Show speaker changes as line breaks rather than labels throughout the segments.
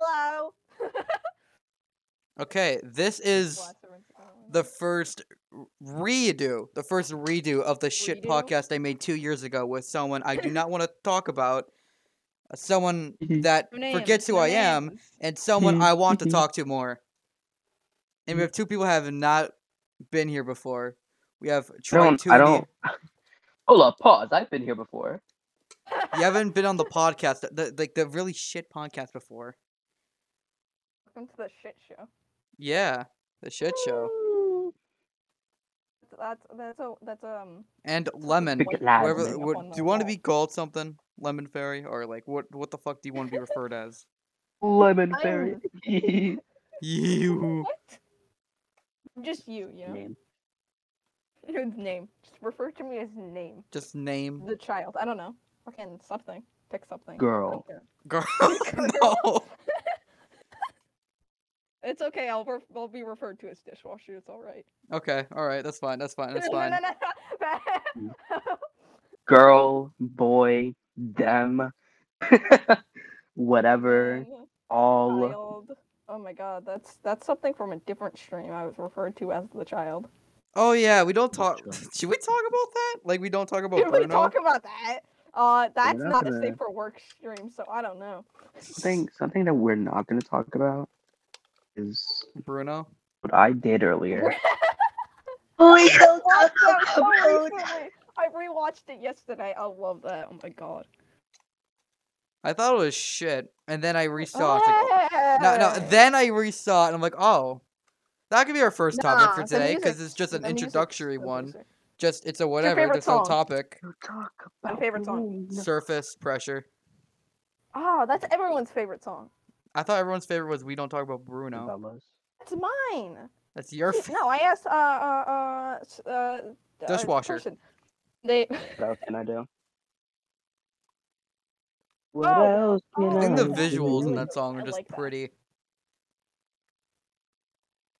Hello.
Okay, this is the first redo, the first redo of the shit
Redo?
podcast I made two years ago with someone I do not want to talk about, uh, someone
Mhm.
that
No names,
forgets who
no
I am,
names.
and someone
Mhm,
I want to
mhm.
talk to more.
Mm-hmm.
And we have two people who have not been here before. We have
I
Troy
don't.
Tooney.
I don't. Hold up. Pause. I've been here before.
You haven't been on the podcast, the, like the really shit podcast before.
Welcome to the shit show.
Yeah, the shit show.
That's that's a that's um.
And Lemon.
Pick it loud,
Whatever,
man.
what-
Up on
do
the
you want to
wall.
be called something? Lemon Fairy? Or like, what What the fuck do you want to be referred as?
Lemon
I'm-
fairy. Name.
You.
What? Just you, you know. Your name. Just refer to me as name.
Just name.
The child. I don't know. Fucking something. Pick something. I don't
Girl.
care.
Girl.
Girl.
no.
It's okay. I'll re- I'll be referred to as dishwasher. It's all right.
Okay, alright, that's fine, that's fine, that's
No, no,
fine.
no, no.
Girl. Boy. Them. Whatever.
Um,
All.
Child. Oh my god, that's that's something from a different stream. I was referred to as the child.
Oh yeah, we don't talk.
Gotcha.
Should we talk about that? Like, we don't talk about
Did we
Bruno?
talk about that? Uh, that's
not
not a
gonna-
thing for work stream, so I don't know.
Something. Something that we're not gonna talk about is
Bruno?
what I did earlier.
We don't I rewatched it yesterday. I love that. Oh my god.
I thought it was shit, and then I resaw it. it's Like, no, no, then I resaw it, and I'm like, oh. That could be our first topic for today, because it's just an introductory one. Just, it's a whatever,
favorite
just no
song?
topic.
We'll talk
My
about
favorite song.
Bruno.
Surface pressure.
Oh, that's everyone's favorite song.
I thought everyone's favorite was We Don't Talk About Bruno.
Fellas.
That's mine.
That's your
Shit,
f-
No, I asked uh uh uh s- uh, uh
Dishwasher.
person. They
What else can I do? What
Oh,
else can
oh.
I
I
think the
do?
visuals in that
Ooh,
song
I
are just
like that.
pretty.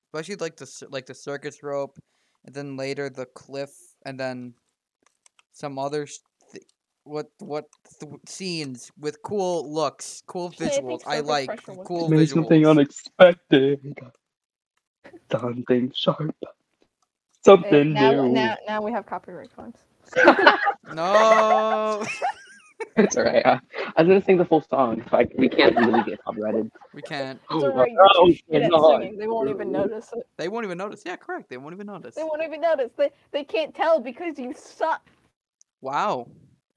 Especially like the cir- like the circus rope, and then later the cliff, and then some other sh- th- what what th- scenes with cool looks, cool
Actually, I think
visuals. I,
Circus
like
Pressure was
cool
the-
Made
visuals.
something unexpected. Something sharp.
they,
Something
now,
new.
now now we have copyright claims.
No,
It's alright. I, I was gonna sing the full song. but I, we can't really get copyrighted.
we can't.
It's
Oh,
alright,
wow,
you're shit at
cannot.
singing. They won't even notice it.
They won't even notice. Yeah, correct. They won't even notice.
They won't even notice. They they can't tell because you suck.
Wow.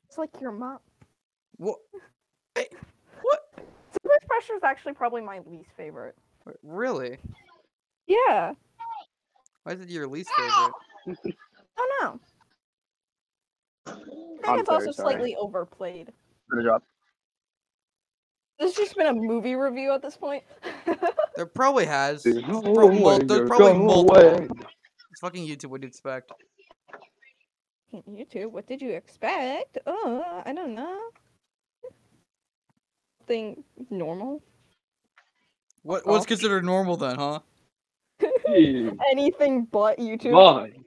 It's like your mom.
What? What?
Surface pressure is actually probably my least favorite.
Really?
Yeah.
Why is it your least favorite?
Oh no. I think
I'm
it's
very
also
sorry.
slightly overplayed.
for the drop.
There's just been a movie review at this point.
There probably has.
There's
There's
no
prob-
way
mul- there's
you're
probably
going
multiple.
away.
It's fucking YouTube. What do you expect?
YouTube, what did you expect? Uh, I don't know. Thing normal.
What
Oh.
what's considered normal then, huh?
Jeez.
Anything but YouTube.
Mine.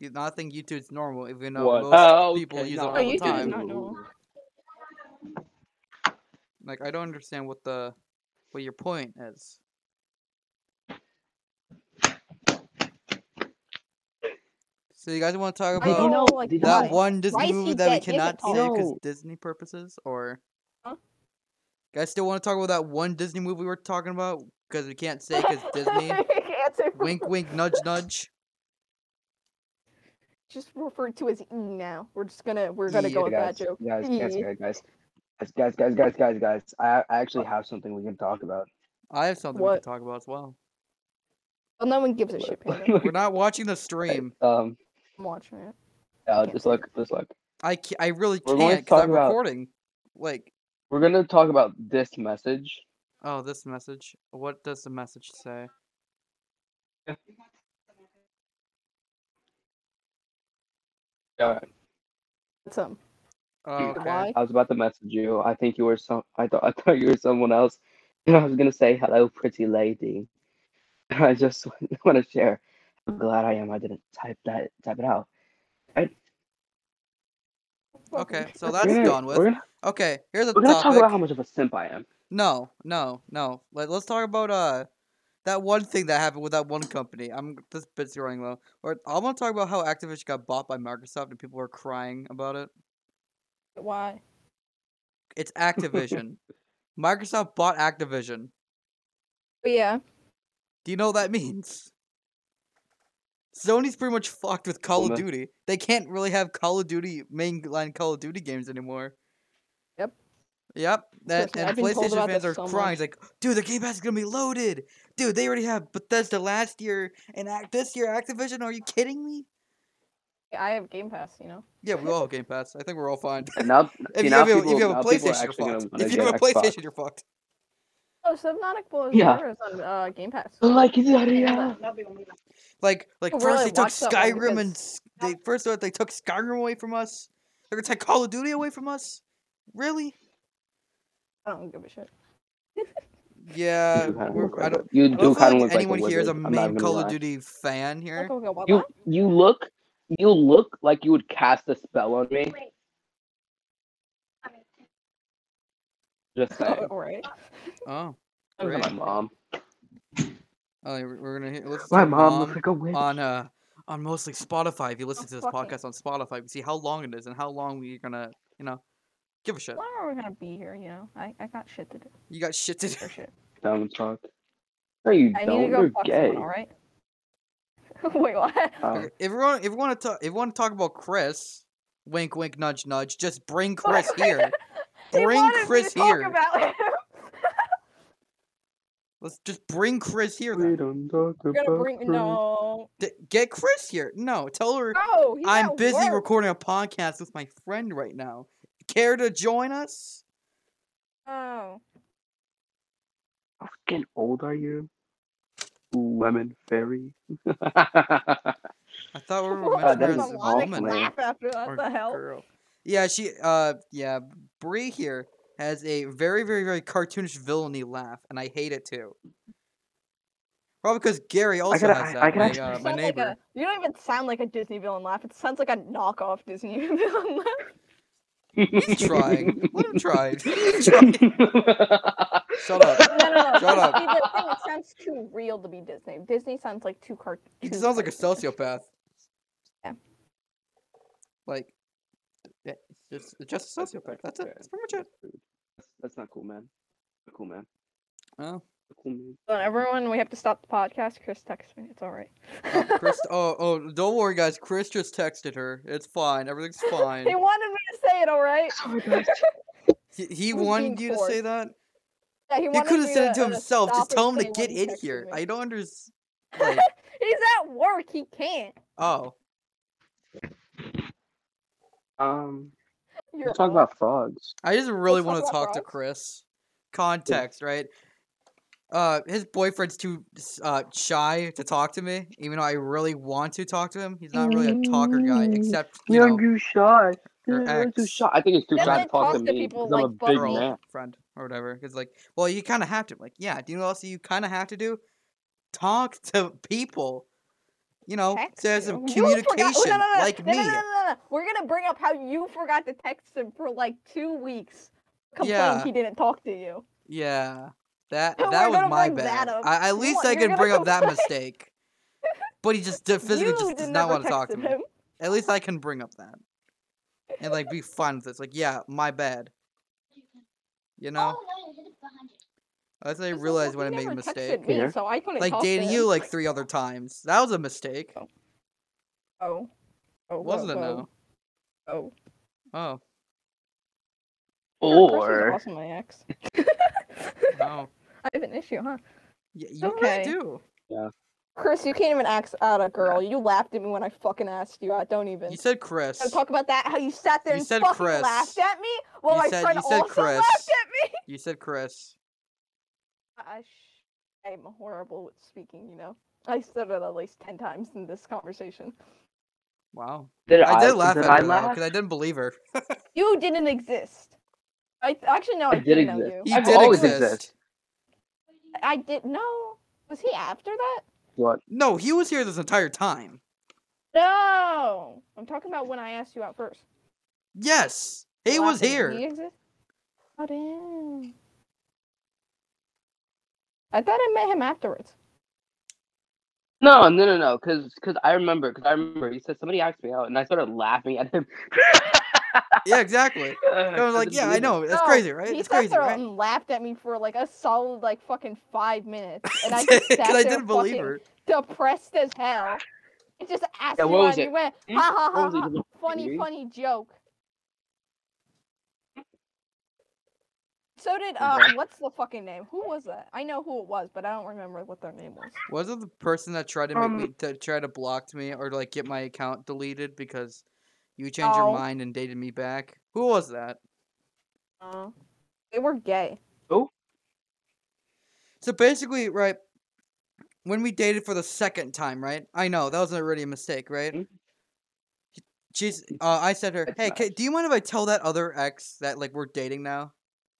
You not think YouTube's normal, even though
What Uh,
most
else
people use it
can
all
I
No,
the
YouTube is
time.
Oh, not normal.
do?
Like I don't understand what the what your point is. So you guys want to talk
I don't
about
know, like
Did
why.
that one
Why
Disney
is
movie
he
that we
dead? He isn't
cannot say
tall.
because
No.
Disney purposes, or
Huh?
you guys still want to talk about that one Disney movie we were talking about because we can't say because Disney.
Answer for-
wink, wink, nudge, nudge.
Just referred to as E now. We're just gonna we're gonna
E,
go
you
with
guys,
that joke.
Guys, guys,
E.
guys, guys, guys, guys, guys, guys, guys, guys. I, I actually have something we can talk about.
I have something we
What?
can talk about as well.
Well, no one gives a shit. Panda.
We're not watching the stream.
um,
I'm watching it.
uh, just look, just look.
I ca I really
We're going to
can't because
talk
I'm
about-
recording. Like,
We're gonna talk about this message.
oh, this message. What does the message say?
All right.
That's um.
Oh, okay.
Why?
I was about to message you. I think you were some. I thought I thought you were someone else. And I was gonna say hello, pretty lady. And I just want to share. I'm glad I am. I didn't type that. Type it out.
Okay, so that's done with.
We're gonna,
Okay, here's a
we're gonna talk
topic.
about how much of a simp I am.
No, no, no. Let, let's talk about uh that one thing that happened with that one company. I'm this bit's growing low. Or I want to talk about how Activision got bought by Microsoft and people were crying about it.
Why?
It's Activision. Microsoft bought Activision.
But yeah.
Do you know what that means? Sony's pretty much fucked with Call of
Kinda.
Duty. They can't really have Call of Duty mainline Call of Duty games anymore.
Yep.
Yep. That,
Trust me,
and
I've been told
PlayStation
about
fans
that
are
so
crying.
much.
Like, dude, the Game Pass is gonna be loaded. Dude, they already have Bethesda last year and Ac- this year Activision. Are you kidding me?
I have Game Pass, you know?
Yeah, we all have Game Pass. I think we're all fine.
And now,
if,
see,
you
now
have, a-
people,
if you have
now
a
people are
PlayStation,
actually
you're
gonna
fucked.
wanna
If you
get
have a
Xbox.
PlayStation, you're fucked.
Oh, Subnautic was
Yeah.
murderous on uh, Game Pass.
Like yeah.
Like, like
We're
first
really
they took
watched that one
Skyrim and
because-
s- they first they took Skyrim away from us. They're gonna take Call of Duty away from us. Really?
I don't give a shit.
Yeah.
You do kind of
we're-
look
I
like
don't.
a- you
I
do
don't feel
kinda
like
look like a
anyone here is a
wizard, I'm not
main
gonna
Call of
lie.
Duty fan here.
Like, okay, what?
You you look you look like you would cast a spell on me. Just saying.
Alright.
Oh,
Look at
great.
My mom.
Oh, we're we're gonna hear. Listen to
My
our
mom looks like a witch.
on uh on mostly Spotify. If you listen
Oh,
to this
fucking-
podcast on Spotify, we see how long it is and how long we're gonna you know give a shit.
Why are we gonna be here, you know? I, I got shit to do
You got shit to do.
for shit.
Dumb talk. No, you
I
don't.
need to go
You're
fuck
gay.
someone, alright? Wait, what?
Uh,
Okay, if we want, if we want to talk, if we want to talk about Chris, wink, wink, nudge, nudge, just bring Chris here.
He
Bring
wanted me to
Chris
talk
here.
about him.
Let's just bring Chris here.
we
Then.
don't talk
We're gonna
about
bring
Chris.
no.
D- get Chris here. No, tell her
No, he's
I'm
at
busy
work.
recording a podcast with my friend right now. Care to join us?
Oh,
How fucking old are you? Lemon fairy.
I thought we were
What?
Uh,
mentioning
that
her as
is
Someone
a
wanna
awful.
woman
clap after that.
or
the hell?
girl. Yeah, she. Uh, yeah, Bree here has a very, very, very cartoonish villainy laugh, and I hate it too. Probably because Gary also
gotta-
has
I-
that.
I gotta
my,
actually-
uh,
You
my
sound like
neighbor.
a- you don't even sound like a Disney villain laugh. It sounds like a knockoff Disney villain laugh.
He's trying. Let him try. He's trying. Shut up.
No, no, no.
Shut up.
See, the thing, it sounds too real to be Disney. Disney sounds like too cartoon.
He sounds like a sociopath.
Yeah.
Like, yeah, it's just, it's just a sociopath. That's it. That's pretty much it.
That's, that's not cool, man. Not cool, man.
Oh,
Not cool, man.
Everyone, we have to stop the podcast. Chris texts me. It's all right.
oh, Chris. Oh, oh, don't worry, guys. Chris just texted her. It's fine. Everything's fine.
he wanted me to say it. All right.
Sorry, guys.
he he
was
wanted
being
you to say that.
Yeah, he
He
wanted
could have
me
said it to
uh,
himself. Just
stop and
tell him to
say when
get
he
in
texted
here.
me.
I don't understand. Like,
He's at work. He can't.
oh,
Um,
You're
let's talk
off.
about frogs.
I just really
talk
want to
about
talk to
frogs.
Chris. Context, right? Uh, his boyfriend's too s- uh, shy to talk to me, even though I really want to talk to him. He's not really a talker
Mm-hmm.
guy,
Mm.
except you
You're
know,
too shy.
your
You're too
ex.
shy. I think it's too
Then
shy
they
to talk to
talk to
me
people
because I'm a
like
big
Buckaroo.
man.
girl friend or whatever. It's like, well, you kind of have to. Like, yeah. Do you know what else you kind of have to do? Talk to people. You know,
text
there's some
you. You forgot- oh,
communication,
no, no, no, no,
like
no,
me.
No, no, no, no, no. We're gonna bring up how you forgot to text him for like two weeks. Complained
Yeah.
he didn't talk to you.
Yeah, that
We're
that was
gonna
my
bring that
bad.
up.
I, at
You
least
want-
I
you're
can
gonna
bring up that
complain.
mistake. But he just d- physically
you
just does
did-
not
never
want to talk to
texted
me.
Him.
At least I can bring up that and like be fine with this. Like, yeah, my bad. You know,
Oh,
that's when I
That's the
realized
whole
when
thing,
I made a
never
mistake.
texted me,
Here.
so I couldn't
Like
talk to
dating
him.
you like three other times. That was a mistake,
Oh. Oh, whoa,
wasn't it?
whoa.
No.
Oh.
Oh
Sure, Chris is
Or
also my ex.
no.
I have an issue, huh?
Y- you
Okay.
really do.
Chris, you can't even ask out a girl. You laughed at me when I fucking asked you out. Don't even.
You said Chris.
So talk about that. How you sat there
You
and
said
fucking
Chris.
laughed at me while
You
my
said-
friend
you said
also
Chris.
laughed at me.
You said Chris.
I sh- I'm horrible with speaking. You know, I said it at least ten times in this conversation.
Wow.
did
I did laugh at
I
her though
laugh?
because I didn't believe her.
You didn't exist. I actually no, I,
I did
did know
exist.
you.
He
I've
did
always
exist.
exist.
I did no. Was he after that?
What?
No, he was here this entire time.
No. I'm talking about when I asked you out first.
Yes, he was
Black-
here.
he exist- Oh damn. I thought I met him afterwards.
No, no, no, no, because because I remember, because I remember, he said somebody asked me out, and I started laughing at him.
Yeah, exactly.
I
I was like,
couldn't
yeah, I
believe it.
know. That's
No,
crazy, right?
He
It's
sat
crazy,
there
right?
and laughed at me for like a solid like fucking five minutes, and I just sat
Because
there
I didn't believe
fucking
her.
depressed as hell. It just asked
Yeah,
me
what
why
was
and
it?
you went,
Hmm?
ha ha
What
ha,
was it?
ha.
You looked
funny,
angry?
funny joke. So did uh,
Congrats.
what's the fucking name? Who was that? I know who it was, but I don't remember what their name was.
Was it the person that tried to make
Um,
me to try to block me or like get my account deleted because you changed
Oh.
your mind and dated me back? Who was that?
Uh, they were gay.
So basically, right, when we dated for the second time, right? I know that was already a mistake, right?
Mhm.
Mm-hmm.
She's. Uh, I said to her,
That's
"Hey, ca do you mind if I tell that other ex that like we're dating now,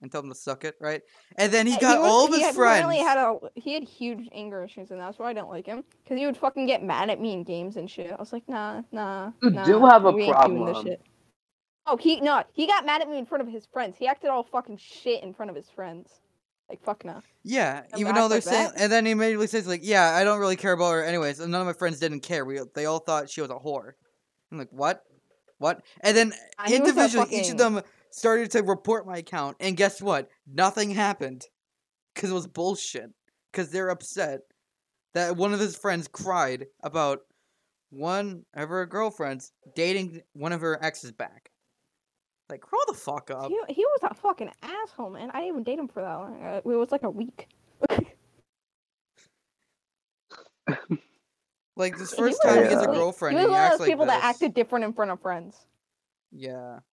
and tell him to suck it, right?" And then he
Uh,
got
was-
all of
he
his
had-
friends.
apparently had a he had huge anger issues, and that's why I don't like him. Cause he would fucking get mad at me in games and shit. I was like, nah, nah.
You
nah,
do have a
we ain't doing this
problem.
shit. Oh, he no, he got mad at me in front of his friends. He acted all fucking shit in front of his friends. Like fuck nah.
Yeah,
Come
even
back
though they're
like
saying,
that?
and then he immediately says like, "Yeah, I don't really care about her, anyways." And none of my friends didn't care. We they all thought she was a whore. I'm like, what, what? And then
Ah, he was a
individually, each of
fucking-
them started to report my account, and guess what? Nothing happened, because it was bullshit. Because they're upset that one of his friends cried about one of her girlfriends dating one of her exes back. Like, grow the fuck up.
He, he was a fucking asshole, man. I didn't even date him for that long. Uh, It was like a week.
Like this
He was
first time
one
he
of
gets a
those-
He
girlfriend,
was
and
one
he
of
acts
those
like
people that
this.
acted different in front of friends.
Yeah.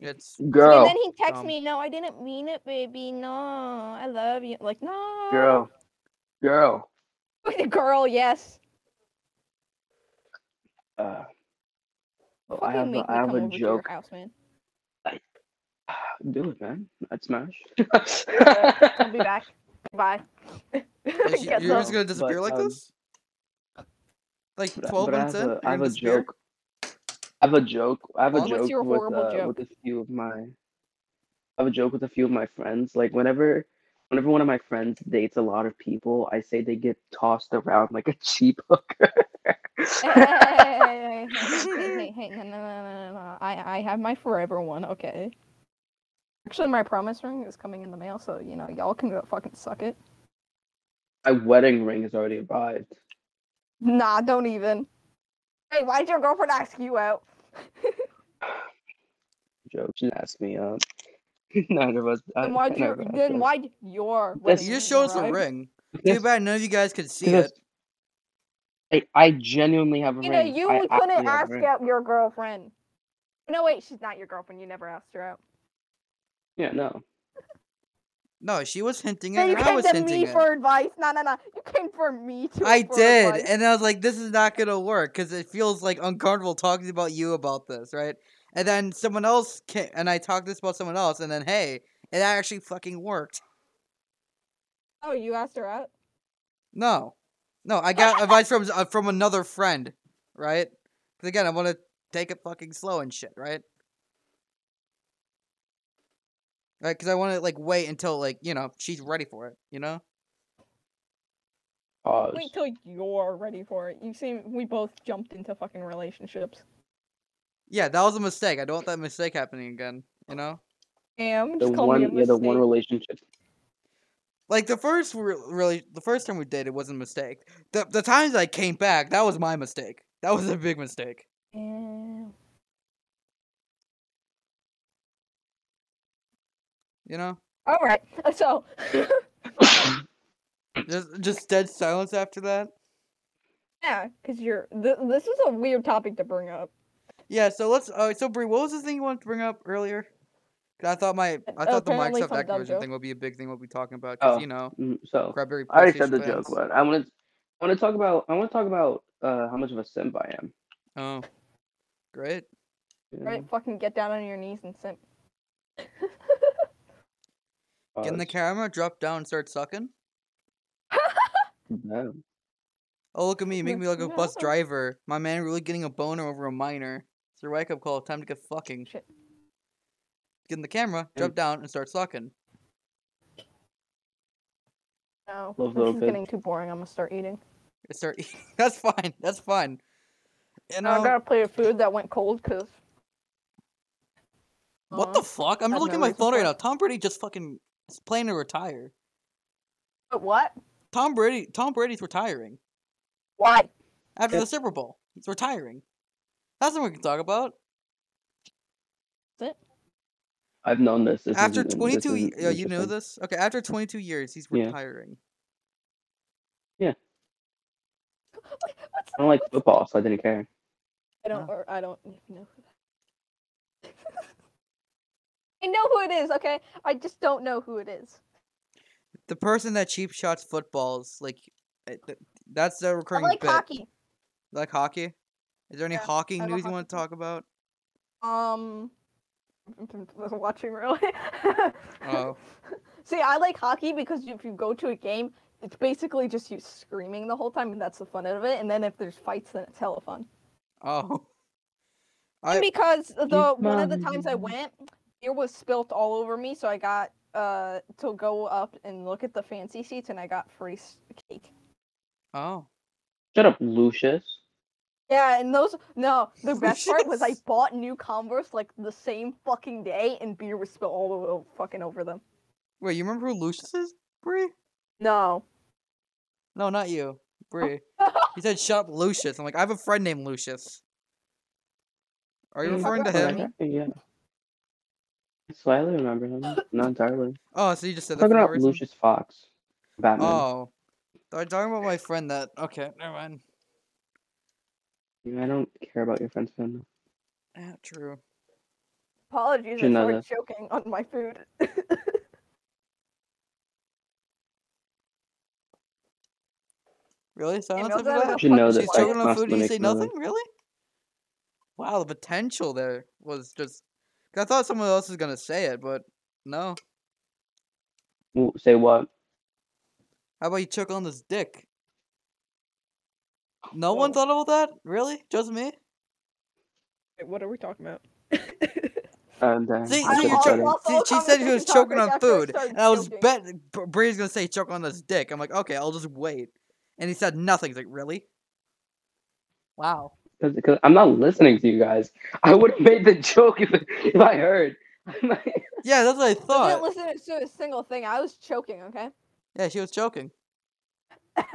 It's
And
Girl,
then he texts
dumb.
me, "No, I didn't mean it, baby. No, I love you." Like, no.
girl, girl.
girl, yes.
Uh, oh, I
Fucking
have,
make me
a, I have
come
a
over to your
joke.
house, man.
Do it, man. I'd smash.
I'll be back. Bye.
Is she-
Guess
you're
so.
just gonna disappear like
um,
this? Like
But I-
twelve
but I
minutes
have
in? you're
a- I have
gonna
a
disappear?
joke. I have a joke. I have a
What's
joke
your
with
horrible
uh,
joke?
with a few of my. I have a joke with a few of my friends. Like whenever, whenever one of my friends dates a lot of people, I say they get tossed around like a cheap hooker.
Hey, hey, hey, hey, hey, hey, hey, no, no, no, no, no, no. I, I have my forever one, okay. Actually, my promise ring is coming in the mail, so you know y'all can go fucking suck it.
my wedding ring has already arrived.
Nah, don't even. Hey, why did your girlfriend ask you out?
Joke. She didn't ask me. Um, none of us. uh, I-
Then why'd
none
your
of us
then
were-
why'd your
Yes.
wedding
You just
ring
showed us the
arrive?
ring.
Yes,
Too bad none of you guys could see
Yes.
it.
I, I genuinely have a
You know,
ring.
you
I
couldn't
actually have a
ask
ring.
out your girlfriend. No, wait, she's not your girlfriend. You never asked her out.
Yeah, no.
No, she was hinting
No,
it.
you
and I
came
was
to
hinting
me
it.
for advice. No, no, no. You came for me to.
I
for
did,
advice.
and I was like, "This is not gonna work because it feels like uncomfortable talking about you about this, right?" And then someone else came, and I talked this about someone else, and then hey, it actually fucking worked.
Oh, you asked her out.
No, no, I got advice from uh, from another friend, right? 'Cause again, I want to take it fucking slow and shit, right? Right, because I want to like wait until like you know she's ready for it, you know. Oh,
Pause.
Wait till you're ready for it. You seem we both jumped into fucking relationships.
Yeah, that was a mistake. I don't want that mistake happening again, you know.
Damn,
the
just call me a
one, yeah, the one
mistake.
relationship.
Like the first re- really, the first time we dated wasn't a mistake. The the times I came back, that was my mistake. That was a big mistake.
Damn.
You know,
All right. So,
just just dead silence after that.
yeah, because you're th- this is a weird topic to bring up.
Yeah. So let's. Uh, so Brie, what was the thing you wanted to bring up earlier? 'Cause I thought my I
Uh,
thought the
apparently
Microsoft
some dumb
Activision
joke.
thing would be a big thing we'll be talking about. 'cause,
Oh.
you know,
Mm, so
Grabberry.
I already said
PlayStation
the joke,
fans.
but I want to I want to talk about I want to talk about uh, how much of a simp I am.
Oh, great.
you know?
Right? Fucking get down on your knees and simp.
Get in the
Pause.
camera, drop down, and start sucking.
No.
Oh, look at me, make me look a bus
No.
driver. My man really getting a boner over a minor. It's your wake up call. Time to get fucking. get in the camera, jump down, and start sucking.
No,
Love
this is
Lopez.
getting too boring. I'm gonna start eating.
And start eating. That's fine. That's fine. um, You
Now I
know
gotta play a food that went cold because.
what the fuck? I'm
I have
looking at
no
my
reason
phone
for
right
it.
now. Tom Brady just fucking is planning to retire.
what?
Tom Brady. Tom Brady's retiring
Why?
after
Yeah.
the Super Bowl. He's retiring. That's what we can talk about.
I've known this. this
after
isn't- this
22 ye-
isn't
oh, you know
interesting.
this okay after 22 years he's
Yeah.
retiring
What's
I don't like
what's-
football, so I didn't care.
I don't. Or I don't even know who that. I know who it is. Okay, I just don't know who it is.
the person that cheap shots footballs like it- th- that's the
I
recurring
like
bit
hockey.
You like hockey is there any
Yeah, I
hawking
have a
news you
hockey
want to
team.
talk about
Um, watching really.
oh
See, I like hockey because if you go to a game, it's basically just you screaming the whole time, and that's the fun out of it. And then if there's fights, then it's hella fun.
oh
And
I-
because the one of the
my
times I went, beer was spilt all over me, so I got uh to go up and look at the fancy seats, and I got free s- cake.
oh
Shut up, Lucius.
Yeah, and those no, the best part was I
Delicious.
bought new Converse like the same fucking day, and beer was spilled all over fucking over them.
wait you remember who lucius is brie
No.
no not you brie he said shut up lucius i'm like i have a friend named lucius are you
Mm.
referring to
Alright.
him
Yeah. I slightly remember him. Not entirely.
oh so you just said
I'm
that
talking
for no
about
reason
Lucius Fox. Batman.
oh i'm talking about my friend that okay never mind
Yeah, I don't care about your friend's family.
yeah, Eh, true
Apologies, I
Should know
started
this.
choking on my food.
Really? Silence
knows
after
that
that?
about
You know
fucking
that
She's
like,
choking on
last
food and you
minute
say
killer.
nothing? Really? Wow, the potential there was just. 'cause I thought someone else was gonna say it, but no.
Ooh, Say what?
How about you choke on this dick? No one
Whoa.
thought about that? Really? Just me?
Wait, what are we talking about?
And uh,
See,
I
see,
I'm
you
should
all-
have said it.
all-
cho- see, she said she was
conversation
choking
topic
on
after I
food,
started
and I was
joking.
betting Br- Bree's gonna say choke on this dick. I'm like, okay, I'll just wait. And he said nothing. He's like, really? Wow.
Cause, cause I'm not listening to you guys. I would have made the joke if, if I heard. I'm like,
Yeah, that's what I
I didn't
thought.
listen to a single thing. I was choking, okay?
Yeah, she was choking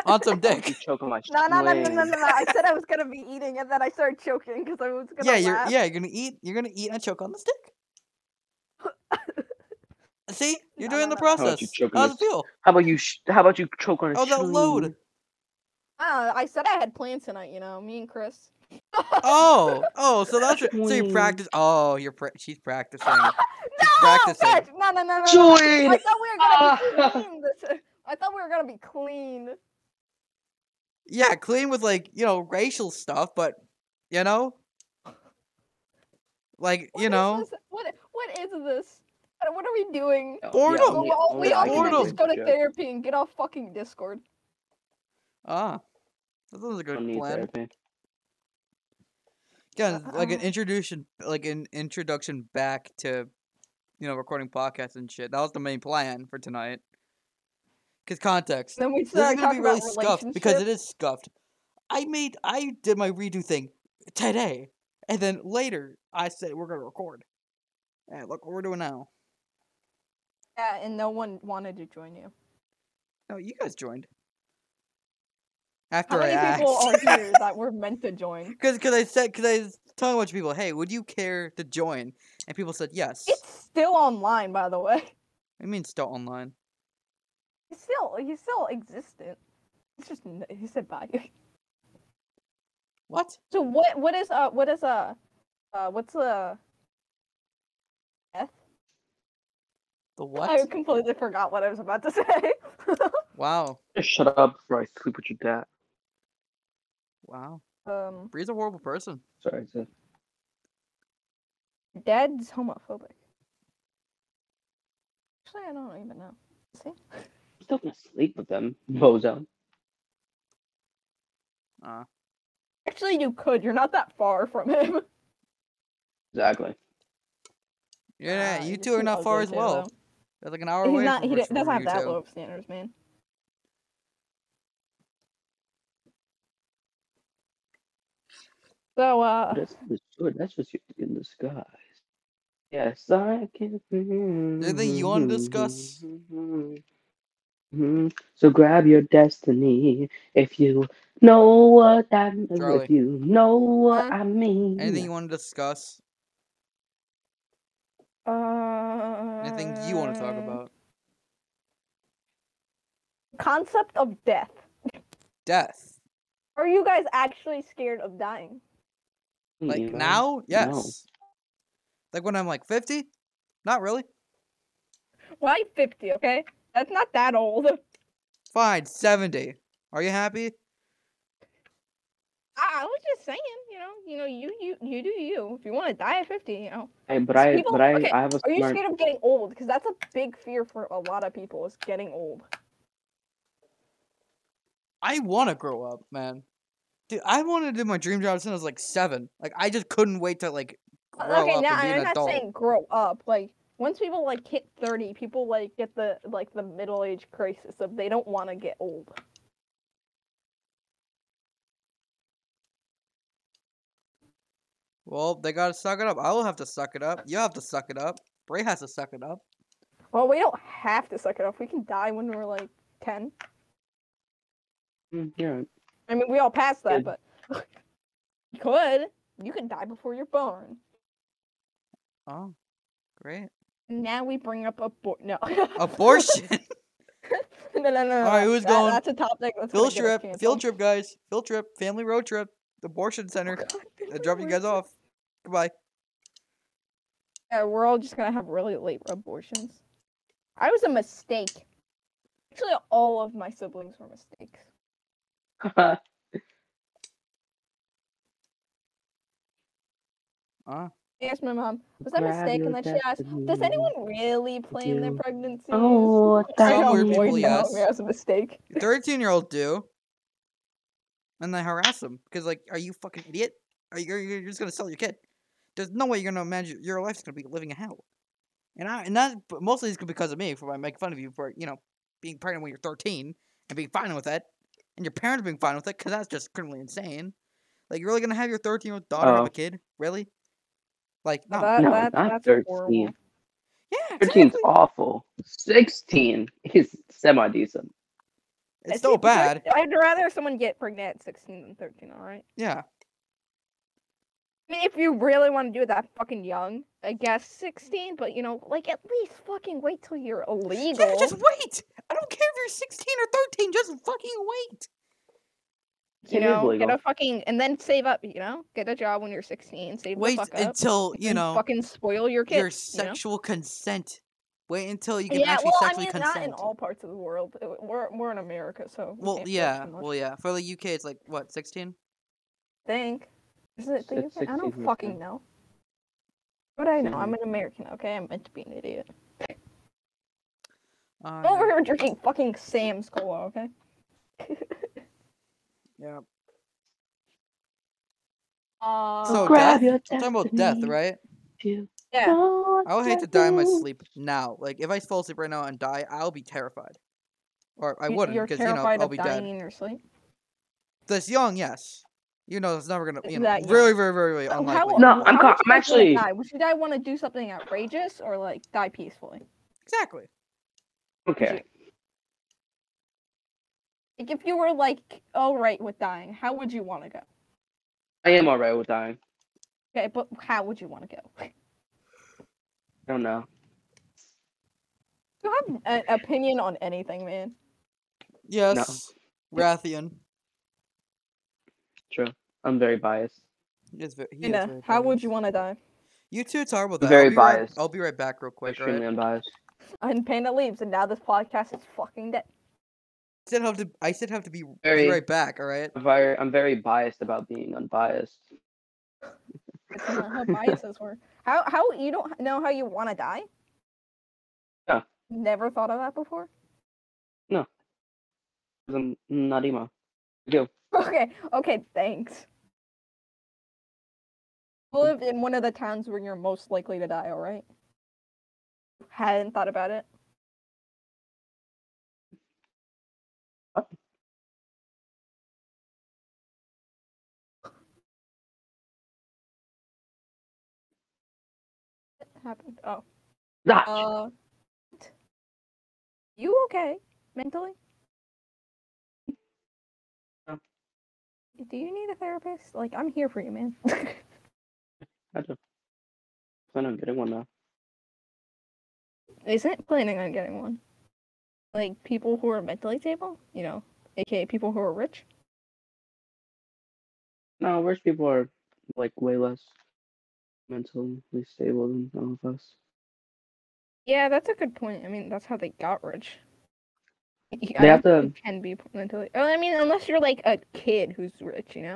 on some dick.
you choke on my
No, no, no, no, no, no,
swing.
no. I said I was gonna be eating, and then I started choking because I was gonna.
yeah, you're
laugh.
yeah, you're gonna eat you're gonna eat and choke on the stick. See? You're
No,
doing
no,
the
no, no.
How about
process.
you choke on
How's
the
it feel?
How about you? Sh- how about you choke on a
Oh, that load.
string?
Uh, I said I had plans tonight. You know, me and Chris.
Oh, oh, so that's what- so you
Swing.
practice. Oh, you're pra- she's practicing.
No,
practicing.
Fetch, no, no, no, no, no. I
Join.
thought we were gonna
Ah.
be clean. This. I thought we were gonna be clean.
yeah, clean with like you know racial stuff, but you know, like
What
you
is
know,
this? What? What is this? What what are we doing?
Boredom.
Well, we all, we
yeah,
all
I
need to
boredom.
just go to therapy and get off fucking Discord.
ah, that sounds like a
Don't
good
need
plan.
therapy.
Yeah, like an
Uh-uh.
introduction, like an introduction back to, you know, recording podcasts and shit. That was the main plan for tonight. Cause context.
And then we
This
start
is gonna be
talking
really
about
scuffed because it
relationships.
is scuffed. I made I did my redo thing today, and then later I said we're gonna record. And look what we're doing now.
Yeah, and no one wanted to join you.
No, Oh, you guys joined.
How
After I
many people are
asked,
here that were meant to join?
because because I said because I was telling a bunch of people, hey, would you care to join? And people said yes.
It's still online, by the way.
I mean, still online.
He's still he's still existent. It's just n- he said bye.
What?
So what what is uh what is uh uh what's uh I
The what?
completely forgot what I was about to say.
Wow,
Just shut up before I sleep with your dad.
wow.
um,
Bree's a horrible person.
Sorry, it's a-
dad's homophobic. Actually, I don't even know. See,
I'm still gonna sleep with them, bozo.
Uh,
actually, you could. You're not that far from him.
Exactly.
Yeah,
Ah,
you
you're
two are
too
not far
ugly
as
too,
well.
though.
They're like an hour
He's
away.
not.
from
He
Brooks
doesn't have
you
that
two.
low of standards, man. So, uh,
That's just good. That's just you in disguise. Yes, I can.
Anything you wanna discuss?
Mhm. So grab your destiny if you know what I mean.
Charlie.
If you know what
Huh?
I mean.
Anything you want to discuss?
uh,
Anything you want to talk about?
Concept of death.
Death.
Are you guys actually scared of dying?
Like
you know?
now? Yes. Like when I'm like 50? Not really.
Why 50, okay? That's not that old.
Fine, 70. Are you happy?
I, I was just saying, you know, you know, you you you do you. If you want to die at 50, you know.
Hey, but I,
People-
but I,
okay,
I have a
Are you
smart.
scared of getting old? Because that's a big fear for a lot of people is getting old.
I want to grow up, man. Dude, I wanted to do my dream job since I was like seven. Like I just couldn't wait to like grow
okay,
up
now
and be
I'm
an
not
adult.
saying grow up. Like once people like hit 30, people like get the like the middle age crisis of they don't want to get old.
Well, they gotta suck it up. I will have to suck it up. You have to suck it up. Bray has to suck it up.
Well, we don't have to suck it up. We can die when we're like 10.
Mm, you're right.
I mean, we all passed that,
Good.
but you could. You can die before you're born.
Oh, great.
Now we bring up abort. No.
Abortion.
no, no, no. no.
Alright, who's
that-
going?
That's a topic. That's gonna
field
get us
trip. Field
canceled.
trip, guys. Field trip. Family road trip. Abortion center. I drop you guys off. Goodbye.
Yeah, we're all just gonna have really late abortions. I was a mistake. Actually, all of my siblings were mistakes. I asked my mom, was that a
Grab
mistake?
your
And then she asked, does
destiny.
anyone really plan their
you-
pregnancies?
Oh,
I
Some
know,
weird
boy,
people,
no,
yes.
That was a mistake.
Thirteen year old do. And they harass them because, like, are you fucking idiot? Are you you're just gonna sell your kid? There's no way you're gonna imagine your life's gonna be living in hell. And I and that but mostly it's because of me for I make fun of you for you know being pregnant when you're 13 and being fine with it, and your parents being fine with it because that's just criminally insane. Like, you're really gonna have your 13 year old daughter have
Oh.
a kid? Really? Like, no.
That-
No,
that-
not
that's horrible.
13.
yeah,
13's
exactly.
awful. 16 is semi decent.
It's
See,
still
but thir-
bad.
I'd rather someone get pregnant at 16 than 13, alright?
Yeah.
I mean, if you really want to do it that fucking young, I guess 16, but you know, like at least fucking wait till you're illegal.
Yeah, just wait. I don't care if you're 16 or 13. Just fucking wait.
you
It is
know, get
legal.
a fucking and then save up, you know, get a job when you're 16, save the
Wait
fuck up,
until you
and
know
fucking spoil your kids.
your
you know?
sexual consent. Wait until you can
yeah,
actually
well,
sexually
I mean, not
consent.
in all parts of the world. Uh, We're we're in America, so we
well,
can't do that
yeah,
too much.
well, yeah. For the UK, it's like what 16?
I think is it the
It's
UK? I
16
don't
here,
fucking
too.
know. What do I know? I'm
Mhm.
an American, okay? I'm meant to be an idiot.
Uh, Um,
I'm over here drinking fucking Sam's cola, okay?
yeah.
Uh,
So
Grab
death.
your
We're talking about death,
destiny.
right?
You
yeah.
know
I would
what
hate to die in my
do.
sleep now. Like if I fall asleep right now and die, I'll be terrified. Or I
you-
wouldn't
You're
because you know
terrified
I'll
of
be
dying
dead.
in your sleep.
This young, yes. You know it's never gonna. You know,
That young.
very, very, very, very
How-
unlikely.
No,
how would you
I'm ca- I'm
guys wanna
actually-
Die? Would you die want to do something outrageous or like die peacefully?
Exactly.
Okay.
Like if you were like all right with dying, how would you want to go?
I am alright with dying.
Okay, but how would you want to go?
I don't know.
You have an opinion on anything, man.
Yes. Rathian.
True. I'm very biased.
He is ve- he is
You know,
very
how
biased.
would you want to die?
You two talk about that.
Very
I'll be right-
biased.
I'll be right back, real quick.
Extremely
Right?
unbiased.
And Panda leaves, and now this podcast is fucking dead.
Still have to. I still have to be, be
Very-
right back. All right.
I'm very, I'm very biased about being unbiased.
That's not how biases work. How how you don't know how you want to die?
No.
Never thought of that before.
'Cause I'm not emo. I do.
Okay, okay, thanks. You live in one of the towns where you're most likely to die. All right. hadn't thought about it. What happened? Oh.
Zach,
Uh, you okay mentally?
No.
Do you need a therapist? Like, I'm here for you, man.
plan on getting one now.
Isn't planning on getting one. Like, people who are mentally stable, you know, aka people who are rich.
No, rich people are like way less mentally stable than all of us.
Yeah, that's a good point. I mean, that's how they got rich. Y- I
They have
don't think
to-
you Can be mentally. Oh, I mean, unless you're like a kid who's rich, you know.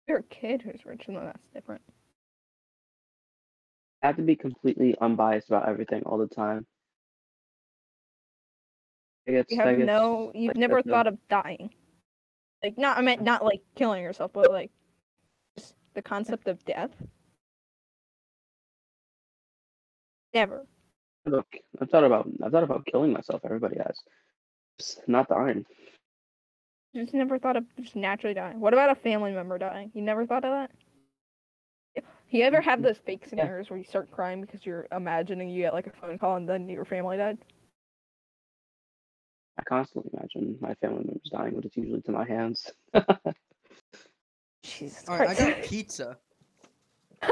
If you're a kid who's rich, then that's different.
They have to be completely unbiased about everything all the time. I guess,
You
I
have
guess-
no. You've
like,
never
that's a-
thought of dying. Like, not. I meant not like killing yourself, but like just the concept of death. Never.
Look, I've thought about I've thought about killing myself. Everybody has. Just not dying.
Just never thought of just naturally dying. What about a family member dying? You never thought of that? If- You ever have
Mhm.
those fake scenarios where you start crying because you're imagining you get like a phone call and then your family died?
I constantly imagine my family members dying, but it's usually to my hands.
Jesus
All right, I
Christ.
got pizza. I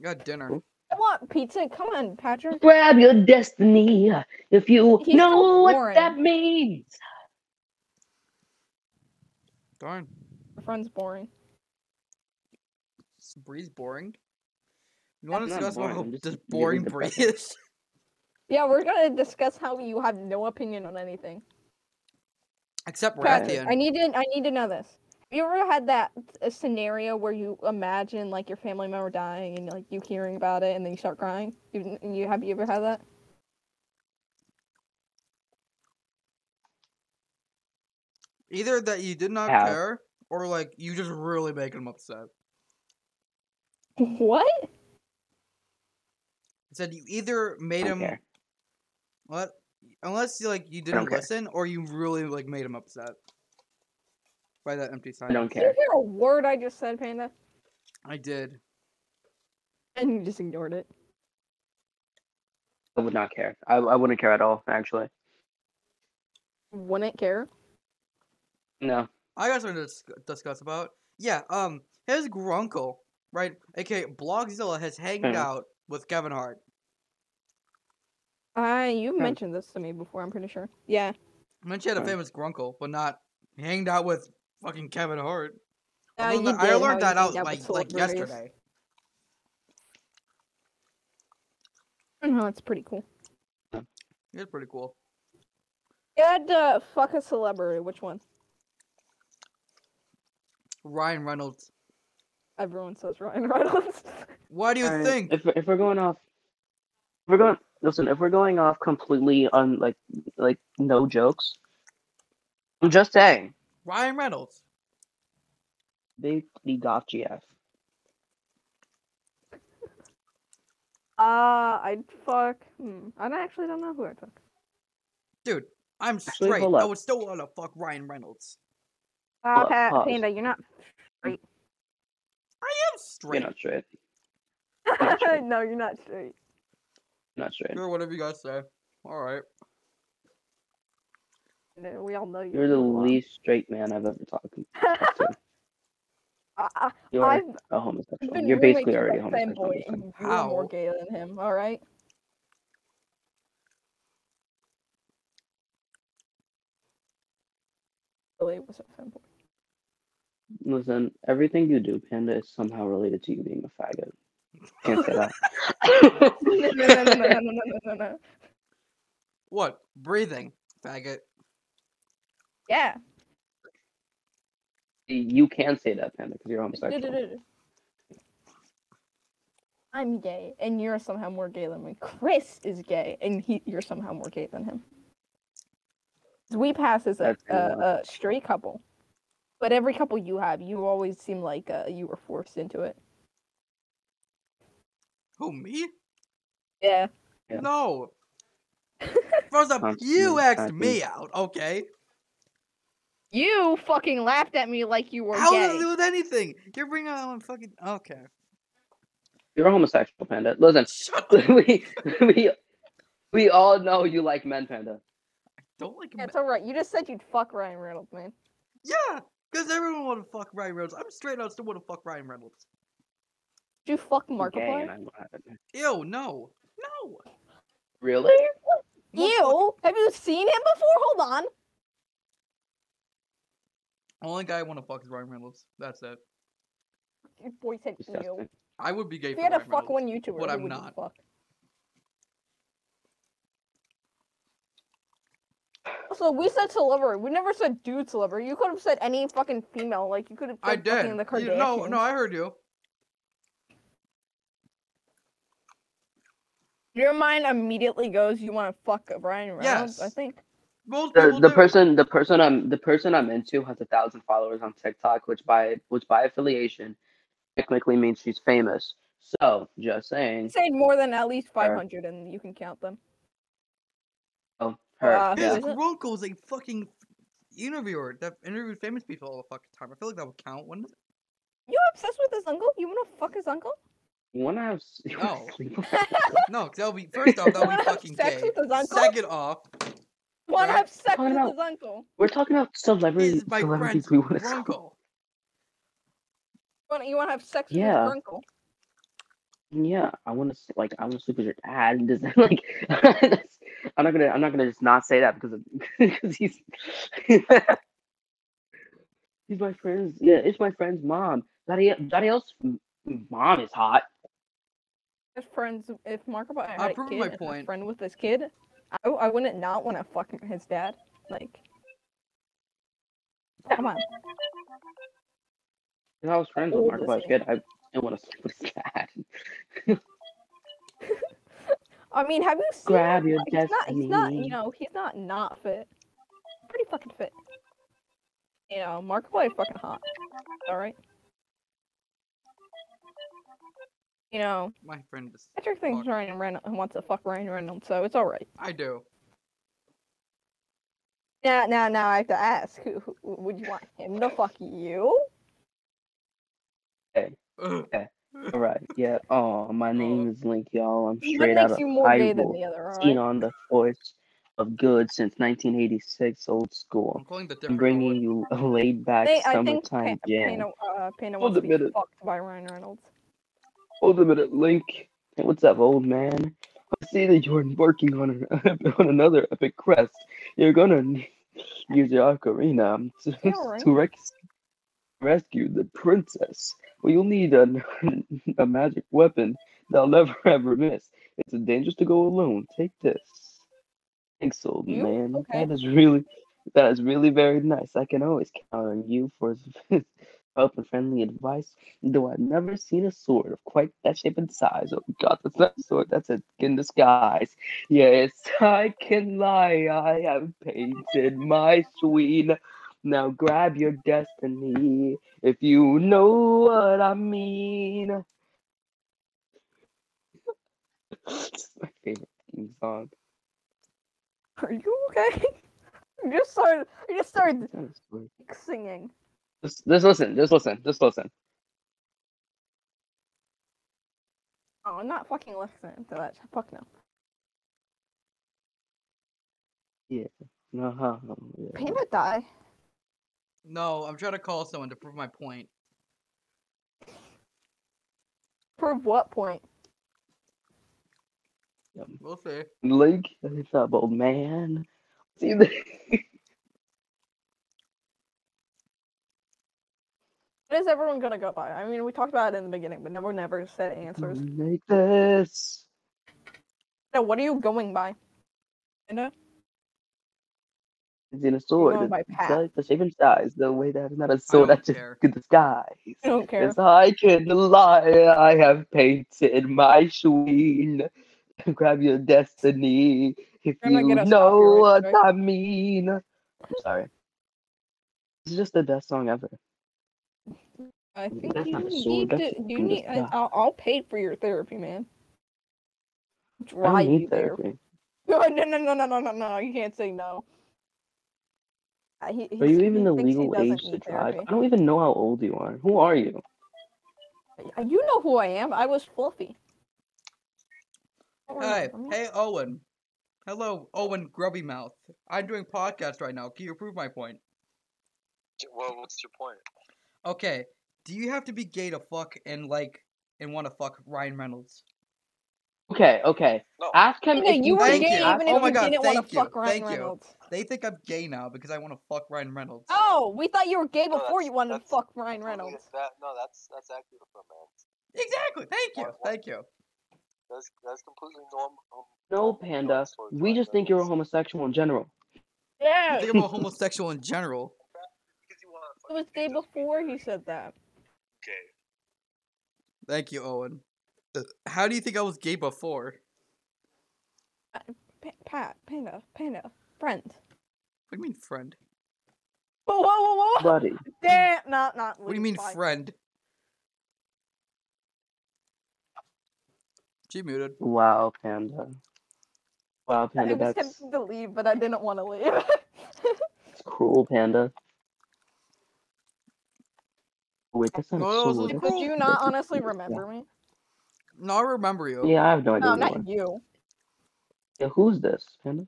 got dinner.
Cool.
I want pizza. Come on, Patrick.
Grab your destiny if you
He's so
know what
boring.
that means.
Darn,
Your friend's boring.
is Breeze boring. You want to
Not
discuss what
boring, I'm
how
just
just
really
boring Bree
depressed.
is?
Yeah, we're gonna discuss how you have no opinion on anything.
Except we're at the
Patrick, I
end.
need to. I need to know this. Have you ever had that a scenario where you imagine like your family member dying and like you hearing about it and then you start crying? You, you have you ever had that?
Either that you did not
Ow.
care, or like you just really make him upset.
What?
I said you either made
Don't
him
care.
what, unless you, like you
don't
didn't
care.
listen, or you really like made him upset by that empty
I
silence.
don't
Did you
care.
hear a word I just said, Panda?
I did.
And you just ignored it.
I would not care. I, I wouldn't care at all, actually.
Wouldn't care.
No.
I got something to dis- discuss about. Yeah, um, his grunkle, right? Okay, Blogzilla has hanged
Mhm.
out with Kevin Hart.
I you
Hmm.
mentioned this to me before. I'm pretty sure. Yeah.
I mean, she had a
Mhm.
famous grunkle, but not he hanged out with fucking Kevin Hart.
Uh,
I learned
you
that, I
did how
learned
you
that
hang
out
with
like like
celebrities.
yesterday.
No, Oh, that's pretty cool.
It's pretty cool.
You had to fuck a celebrity. Which one?
Ryan Reynolds.
Everyone says Ryan Reynolds.
Why do you
Alright,
think?
If, if we're going off, if we're going, listen, if we're going off completely on like, like no jokes, I'm just saying,
Ryan Reynolds.
they, they got GF.
uh, I'd fuck. Hmm. I don't- actually don't know who I'd fuck.
Dude, I'm
Actually,
straight.
hold
I
up.
would still want to fuck Ryan Reynolds.
Ah,
Pause,
Pat,
pause.
Panda, you're not.
I am
You're
straight.
not straight. Not straight.
no, you're not straight.
Not straight.
Sure, whatever you guys say. All right.
No, We all know you.
You're the least straight man I've ever talked talked to.
I, I,
You are
I've
a
I've
homosexual.
been
You're
roommates
basically
with
already a
that
homosexual.
Fanboy,
just
and
saying.
you're more
How?
gay than him. All right. Really was a fanboy.
Listen, everything you do, Panda, is somehow related to you being a faggot. Can't say that.
no, no, no, no, no, no, no, no, no.
What? Breathing, faggot.
Yeah.
you can say that, Panda, because you're homosexual.
Du-du-du-du. I'm gay, and you're somehow more gay than me. Chris is gay, and he, you're somehow more gay than him. We pass as a,
That's
a,
kinda
a straight couple, but every couple you have, you always seem like uh, you were forced into it.
Who me?
Yeah.
Yeah.
No. First up,
Constantly
you asked
attacking.
me out. Okay.
You fucking laughed at me like you were
How does it
gay.
do with anything? You're bringing on fucking. Okay.
You're a homosexual, Panda. Listen,
Shut up.
we we we all know you like men, Panda.
Don't like.
Yeah,
men.
it's alright. You just said you'd fuck Ryan Reynolds, man.
Yeah, because everyone want to fuck Ryan Reynolds. I'm straight out still want to fuck Ryan Reynolds.
Did you fuck
You're gay and
Markiplier?
I'm not.
Ew, no, no.
Really?
We'll
Ew!
fuck-
Have you seen him before? Hold on.
Only guy I want to fuck is Ryan Reynolds. That's it.
Your boy said ew.
Disgusting.
I would be gay
If
for
you had to
Ryan
fuck
Reynolds.
one YouTuber,
But
who
I'm
would you
not.
Fuck? So we said celebrity. We never said dude celebrity. You could have said any fucking female. Like you could have.
I
said fucking The
did. You-
Kardashians.
no, no, I heard you.
Your mind immediately goes. You want to fuck Ryan Reynolds? I
Yes.
think.
Most
The,
people
the
do.
person the person I'm the person I'm into has a thousand followers on TikTok, which by which by affiliation technically means she's famous. So just saying,
Say more than at least
Fair.
five hundred, and you can count them.
oh, her.
Uh,
yeah.
His
Is it?
uncle is a fucking interviewer that interviewed famous people all the fucking time. I feel like that would count, wouldn't it?
You obsessed with his uncle? You want to fuck his uncle?
You wanna have s- you wanna
No.
sleep with-
No, because that would be first off, that would
Wanna
be
have
fucking
sex
gay.
with his uncle?
Second off,
Want to
Right.
have sex
Talking
with
about-
his uncle?
We're talking about celebrity
is my
celebrities
friend's
we want to
uncle.
You want, you want to have sex with
Yeah.
his uncle?
Yeah, I want to like I want to sleep with your dad. And just, like that's- I'm not gonna I'm not gonna just not say that because of, because he's he's my friend's yeah it's my friend's mom. Daddy Daddy else mom is hot.
If friends, if Markiplier had
I
a
prove
kid,
my
and a
point.
friend with this kid, I, I wouldn't not want to fuck his dad. Like, come on.
If I was friends with
Oh,
Mark Markiplier's
listen.
kid, I didn't want to sleep with his dad.
I mean, have you seen?
Grab
him?
your
Like, he's not. He's not.
destiny.
You know, he's not not fit. Pretty fucking fit. You know, Markiplier fucking hot. All right. You know,
My friend is.
Patrick thinks
Fuck.
Ryan Reynolds wants to fuck Ryan Reynolds, so it's all right.
I do.
Now, now, now I have to ask, who, who would you want him to fuck you?
Ugh.
All right, yeah. Oh, my name
Oh.
is Link, y'all. I'm
One
straight out
makes
of
you more
high
gay than
school.
the other, all
Seen
right?
on the force of good since 1986, old school.
I'm calling the
I'm
different.
bringing you a laid back
They, I think
summertime
Pan-
jam.
Panda, uh, Panda
Hold
wants to be
a minute.
fucked by Ryan Reynolds.
Hold a minute, Link. Hey, what's up, old man? I see that you're embarking on, an, on another epic quest. You're gonna need- use your ocarina to,
Yeah, right.
to rex- rescue the princess. Well, you'll need a, a magic weapon that'll never ever miss. It's dangerous to go alone. Take this. Thanks, old
You?
man.
Okay.
That is really, that is really very nice. I can always count on you for help and friendly advice. Though I've never seen a sword of quite that shape and size. Oh god, that's not a sword, that's a in disguise. Yes, I can lie, I have painted my sweet. Now grab your destiny, if you know what I mean. It's my favorite theme song.
Are you okay? you just started. You just started
It's not a sword.
singing.
Just, just listen, just listen, just listen.
Oh, I'm not fucking listening to that. Fuck no.
Uh-huh. yeah.
Panda die.
No, I'm trying to call someone to prove my point.
Prove what point?
We'll see.
Link, what's up, old man? See the
What is everyone gonna go by? I mean, we talked about it in the beginning, but never, never said answers.
make this.
Now, what are you going by? Panda?
It's in a
going
sword.
by
It's
Pat.
like the shape and size, the way that is not a sword,
don't
that's just
care.
good disguise.
I don't care.
Yes, I can lie, I have painted my sheen. Grab your destiny if
You're gonna
you
get us
know what
copyrighted,
I mean. I'm sorry. This is just the best song ever.
I think
That's
you
not a
need
sword,
to.
that's
You
good
need. I,
stuff.
I'll, I'll pay for your therapy, man. Why
I don't
you
need
there?
therapy.
No, no, no, no, no, no, no, no. You can't say no. Uh, he-
Are
he-
you
he
even the
thinks he
legal
doesn't
age to
need
drive?
therapy.
I don't even know how old you are. Who are you?
Uh, You know who I am. I was fluffy. Don't worry
Hey,
about me.
hey, Owen. Hello, Owen Grubby Mouth. I'm doing podcast right now. Can you prove my point?
Well, what's your point?
Okay, do you have to be gay to fuck and like and want to fuck Ryan Reynolds?
Okay, okay.
No.
Ask him.
Nigga,
if
you were
Thank
gay
you.
even
Oh
if
my
you
God,
didn't want
thank
to
you,
fuck Ryan
thank you.
Reynolds.
They think I'm gay now because I want to fuck Ryan Reynolds.
Oh, we thought you were gay
No,
before
that's-
you wanted to
that's-
fuck Ryan
Totally
Reynolds.
get That, no, that's that's accurate for man.
Exactly. Thank you.
Why- why-
Thank you.
That's that's completely normal. um,
No,
normal
Panda.
towards
We
Ryan
just think you're a
Reynolds.
homosexual in general.
I
Yeah,
think I'm a homosexual in general.
Because you want
he
to
was gay before he said that.
gay.
Thank you, Owen. Uh, How do you think I was gay before?
Pa- Pat, Panda, Panda, friend.
What do you mean, friend?
Whoa, whoa, whoa, whoa!
Buddy,
Damn, not, not.
What do you mean, friend? She muted.
wow, Panda. Wow,
I
Panda,
was
that's
tempted to leave, but I didn't want to leave.
that's cruel, Panda. Wait, that's not
No,
so
those are
that's-
Did
Cool.
you not
that's-
honestly
yeah.
remember me?
No, I remember you.
Yeah, I have no idea.
No,
who you are.
not you.
Yeah, who's this, Panda?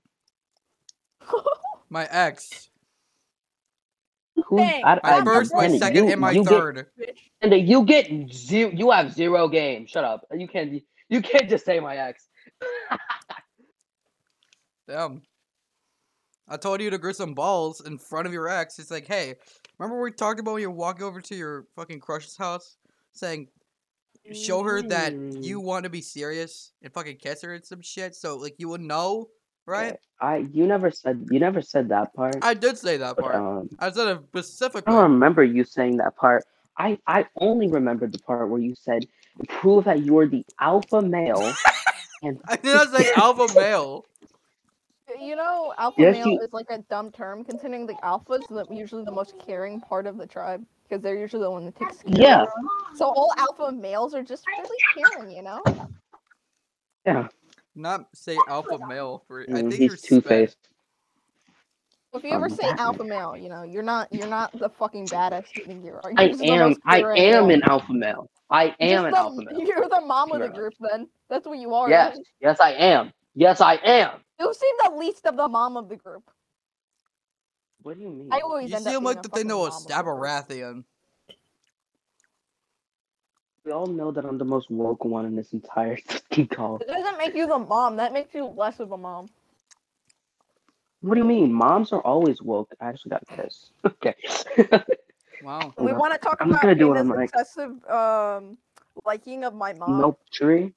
My ex.
Who's
Dang,
I,
My
I'm
I-
first, my
Panda,
Brandon,
second,
you-
and my
you get-
third.
Bitch.
And then you get zero. You have zero game. Shut up. You can't. be- You can't just say my ex.
Damn. I told you to grip some balls in front of your ex. It's like, hey, remember we talked about when you walk over to your fucking crush's house, saying, show her that you want to be serious and fucking kiss her and some shit, so like you would know, right?
Okay, I. You never said. You never said that part.
I did say that
but,
part.
um,
I said it
I
specifically.
don't remember you saying that part. I. I only remembered the part where you said, "Prove that you're the alpha male." and
I did not say alpha male.
You know, alpha
Yes,
male
you-
is like a dumb term, considering the alphas the, usually the most caring part of the tribe because they're usually the one that takes care.
yeah,
So all alpha males are just really caring, you know.
yeah.
Not say alpha male for I
Mm,
think you're
He's two faced.
If you ever
Um,
say
that-
alpha male, you know you're not you're not the fucking badass you think you are. You're
I
just the
am.
most
I
caring
am
one.
an alpha male. I
You're just
am an
the-
alpha male.
You're the mom of the
You're-
group, then. That's what you are.
Yes.
then.
Yes, I am. Yes, I am.
You seem the least of the mom of the group.
What do you mean?
I always
You
end up
seem
being
like
a
the
fucking
thing that
mom
was
of the group.
Stabarathian.
We all know that I'm the most woke one in this entire fucking call.
It doesn't make you the mom. That makes you less of a mom.
What do you mean? Moms are always woke. I actually got pissed. Okay.
Wow.
We
No.
want to talk
I'm
about
just gonna do what
Panda's
I'm like.
excessive um, liking of my mom.
nope. Tree.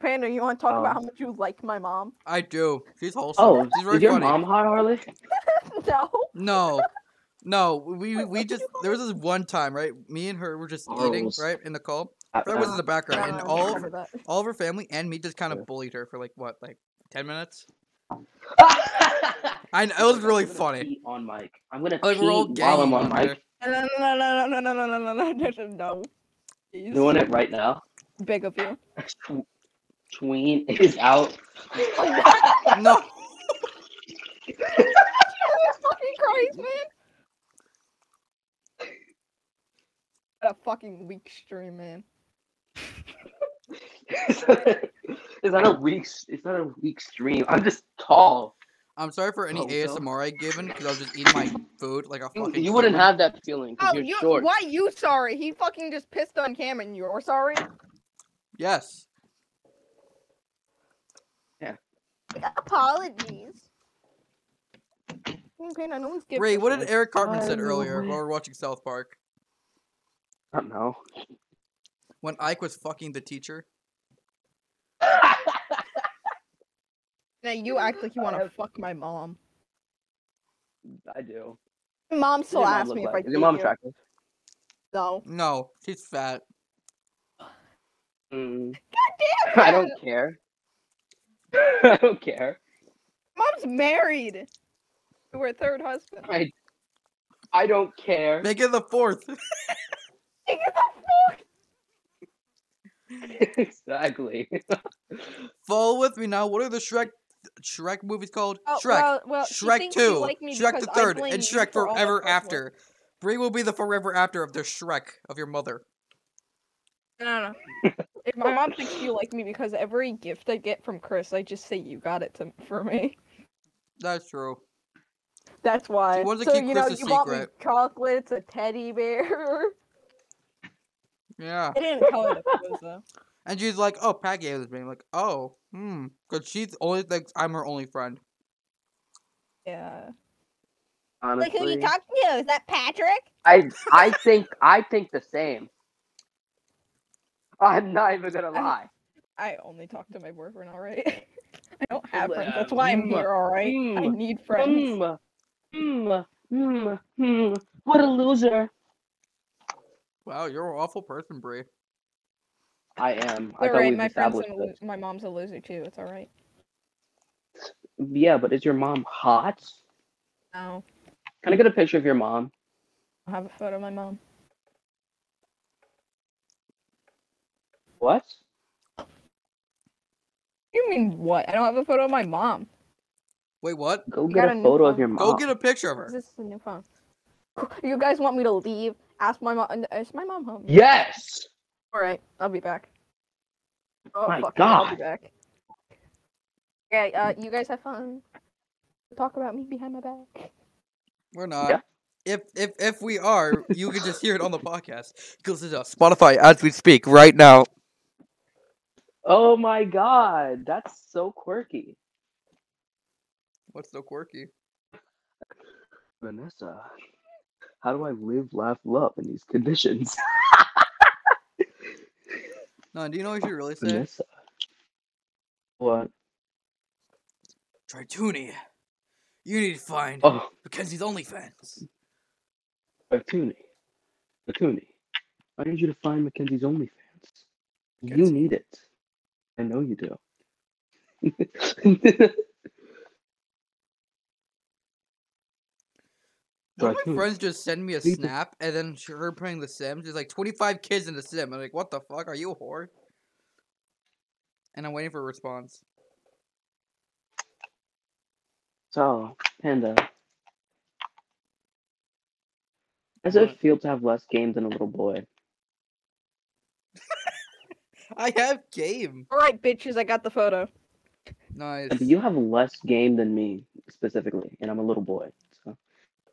Panda, you want to talk
Um,
about how much you like my mom?
I do. She's wholesome.
Oh,
She's really
is your
funny.
mom hot, Harley?
no.
No. No,
Wait,
we we
what did
just
you call
there was this one time, right? Me and her were just eating,
Arles.
right, in the call.
I,
Fred was in the
No,
background, and
I don't
all
remember that.
all of her family and me just kind
Yeah.
of bullied her for like what, like ten minutes.
I-
I know, it was really
I'm gonna
funny.
pee on mic. I'm gonna
Like
pee
we're all
while
ganging
I'm on
on her.
mic.
No, no, no, no, no, no, no, no, no, no, no, no. Jeez.
Doing it right now.
Big of you.
Tw- Tween is out.
No,
Jesus fucking Christ, man. What a fucking weak stream, man.
is that a weak? Is that a weak stream? I'm just tall.
I'm sorry for any
Oh, so-
ASMR I given because I was just eating my food like a
You,
fucking.
you wouldn't
human.
have that feeling because
Oh,
you're
you
short.
why you sorry? He fucking just pissed on Cam and you're sorry?
Yes,
Apologies. Okay, no one's giving
Ray.
a
What did
shit.
Eric Cartman
I
said
know
earlier
it.
while we were watching South Park
I don't know.
when Ike was fucking the teacher?
Now you act like you want to fuck my mom.
I do.
Mom still
Your mom
asks
look
me if
like-
I
Is
date
your mom
you.
attractive?
No.
No, she's fat.
Mm,
God damn
I
it!
don't care. I don't care.
Mom's married to her third husband.
I I don't care.
Make it the fourth.
Nigga, the fuck?
exactly.
Fall with me now. What are the Shrek Shrek movies called?
Oh,
Shrek,
well- well, she
Shrek
thinks you
Two,
like me
Shrek the
because I
Third,
blame
and
you
Shrek
for all the
Forever
first one.
After. Bree will be the forever after of the Shrek of your mother.
No, no, no. if my mom thinks you like me because every gift I get from Chris, I just say you got it to, for me.
That's true.
That's why.
She wants to
so
keep
you know,
Chris a
you bought me
secret.
chocolates, a teddy bear.
Yeah.
I didn't tell her that it was though.
And she's like, "Oh, Pat gave this to me." I'm like, "Oh, hmm," because she's only thinks I'm her only friend.
Yeah.
Honestly,
talking to? Is that Patrick?
I I think I think the same. I'm not even gonna lie.
I only talk to my boyfriend, alright? I don't have friends. That's
Well,
why I'm
mm,
here, alright? I
mm,
need friends.
Mm, mm, mm, mm. What a loser!
Wow, you're an awful person, Bree.
I am. I
They're
thought
right,
we've
my friend's
established
a
this.
lo- my mom's a loser too, it's alright.
Yeah, but is your mom hot?
No.
Can I get a picture of your mom?
I have a photo of my mom.
What?
You mean what? I don't have a photo of my mom.
Wait, what?
Go
You
get
got a
a
new
photo of
phone.
your mom.
Go get a picture of her.
This is the new phone. You guys want me to leave? Ask my mom. Is my mom home?
Yes.
All right, I'll be back. Oh
My
fuck, yeah, I'll
God.
be back. Okay, uh, you guys have fun. Talk about me behind my back.
We're not.
Yeah.
If if if we are, you can just hear it on the podcast. Because it's on Spotify as we speak right now.
Oh my god, that's so quirky.
What's so quirky?
Vanessa, how do I live, laugh, love in these conditions?
No, do you know what you really said?
Vanessa. What?
Trituni, you need to find
Oh,
Mackenzie's OnlyFans.
Akuni. Akuni, I need you to find Mackenzie's OnlyFans. You
Mackenzie.
need it. I know you do.
One of my
Raccoon.
friends just sent me a
People-
snap, and then she- her playing The Sims. There's like 25 kids in The Sim. I'm like, what the fuck? Are you a whore? And I'm waiting for a response.
so, Panda. How does it
What?
feel to have less game than a little boy?
I have game.
All right, bitches, I got the photo.
Nice.
But you have less game than me specifically, and I'm a little boy. So.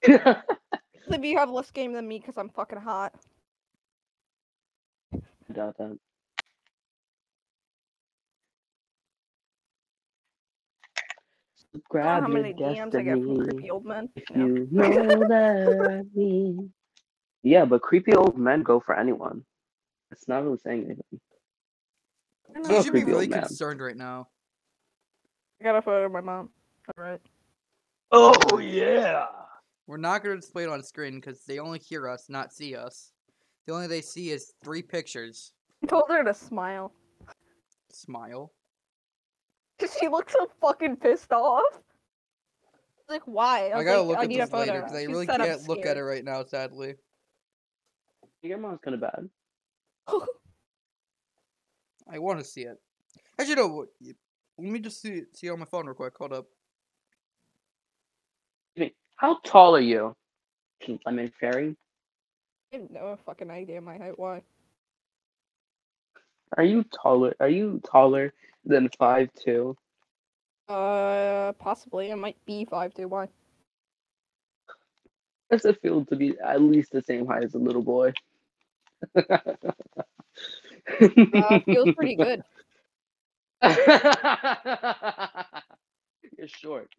Maybe you have less game than me because I'm fucking hot.
I doubt that. So
I don't know
Grab
how
your
many DMs I get from
destiny
creepy old men.
if
No.
you know that I mean. Yeah, but creepy old men go for anyone. It's not really saying anything.
I don't
You
know.
Oh,
should be
creepy
really
old man.
concerned right now.
I got a photo of my mom. All right.
Oh yeah.
We're not going to display it on screen because they only hear us, not see us. The only they see is three pictures.
I told her to smile.
Smile.
Cause she looks so fucking pissed off. Like why?
I,
was
gotta
like,
look
I
at
need a
this
photo
later
now.
because I
She
really
said I'm
can't look at
scared.
it right now, sadly.
Your mom's kind of bad.
I want to see it. Actually, no. what- y- Let me just see see on my phone real quick. Hold up.
How tall are you? Lemon fairy.
I have no fucking idea my height. Why?
Are you taller? Are you taller than five two?
Uh, possibly. I might be five two. Why?
How does it feel to be at least the same height as a little boy?
Uh, feels pretty good.
You're short.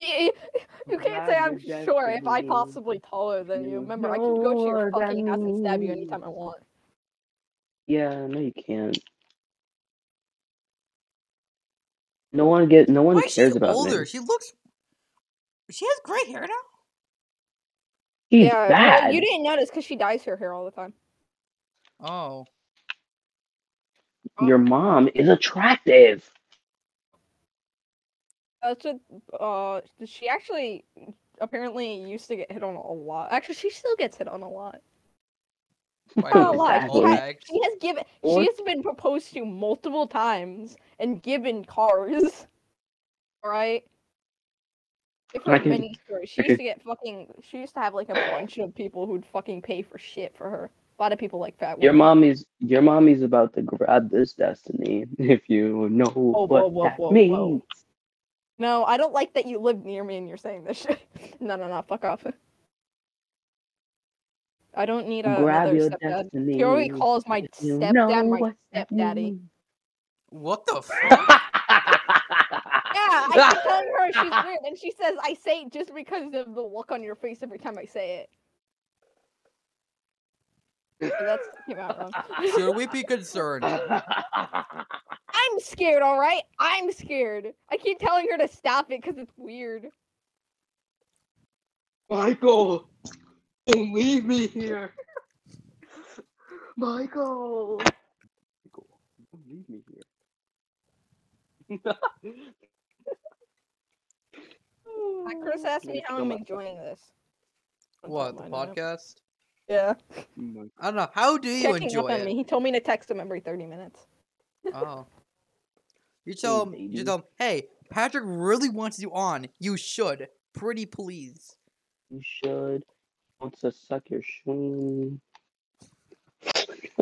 You you can't say I'm
Grab your
sure if I
destiny.
possibly taller than
You
you. Remember, I can go to your
know
fucking house and stab you
that
anytime I want.
Yeah, no, you can't. No one get. No one
Why is she
cares about
older?
me.
She looks. She has gray hair now.
She's
yeah, well,
bad.
you didn't notice because she dyes her hair all the time.
Oh,
didn't-
Your mom is attractive.
That's what. Uh, she actually apparently used to get hit on a lot. Actually, she still gets hit on a lot.
Why
Oh,
is
lie.
that
She
all
had-
bagged?
She has given.
Or-
She has been proposed to multiple times and given cars. All right. I've
I
heard
can-
many stories. She
I
used to get fucking. She used to have like a bunch of people who'd fucking pay for shit for her. A lot of people like fat
Your
women.
mommy's your mommy's about to grab this destiny if you know what
whoa, whoa,
that
whoa, whoa.
means.
No, I don't like that you live near me and you're saying this shit. No, no, no, fuck off. I don't need a,
grab
another
your
stepdad.
destiny.
He already calls my
if you
stepdad
know
my
what Mm. that
stepdaddy.
means.
What the fuck?
Yeah, I keep telling her she's weird, and she says I say it just because of the look on your face every time I say it. So that's came out wrong.
Should we be concerned?
I'm scared, all right? I'm scared. I keep telling her to stop it because it's weird.
Michael, don't leave me here. Michael. Michael, don't leave me here.
Uh, Chris asked me
Thanks
how
so
I'm
much.
enjoying this. I'm
What, the
telling mine, I know.
podcast?
Yeah.
Michael.
I don't know. How do you
Checking up
enjoy
on
it?
me. He told me to text him every 30 minutes.
Oh. You tell him, you tell him, hey, Patrick really wants you on. You should. Pretty please.
You should. Wants to suck your swing.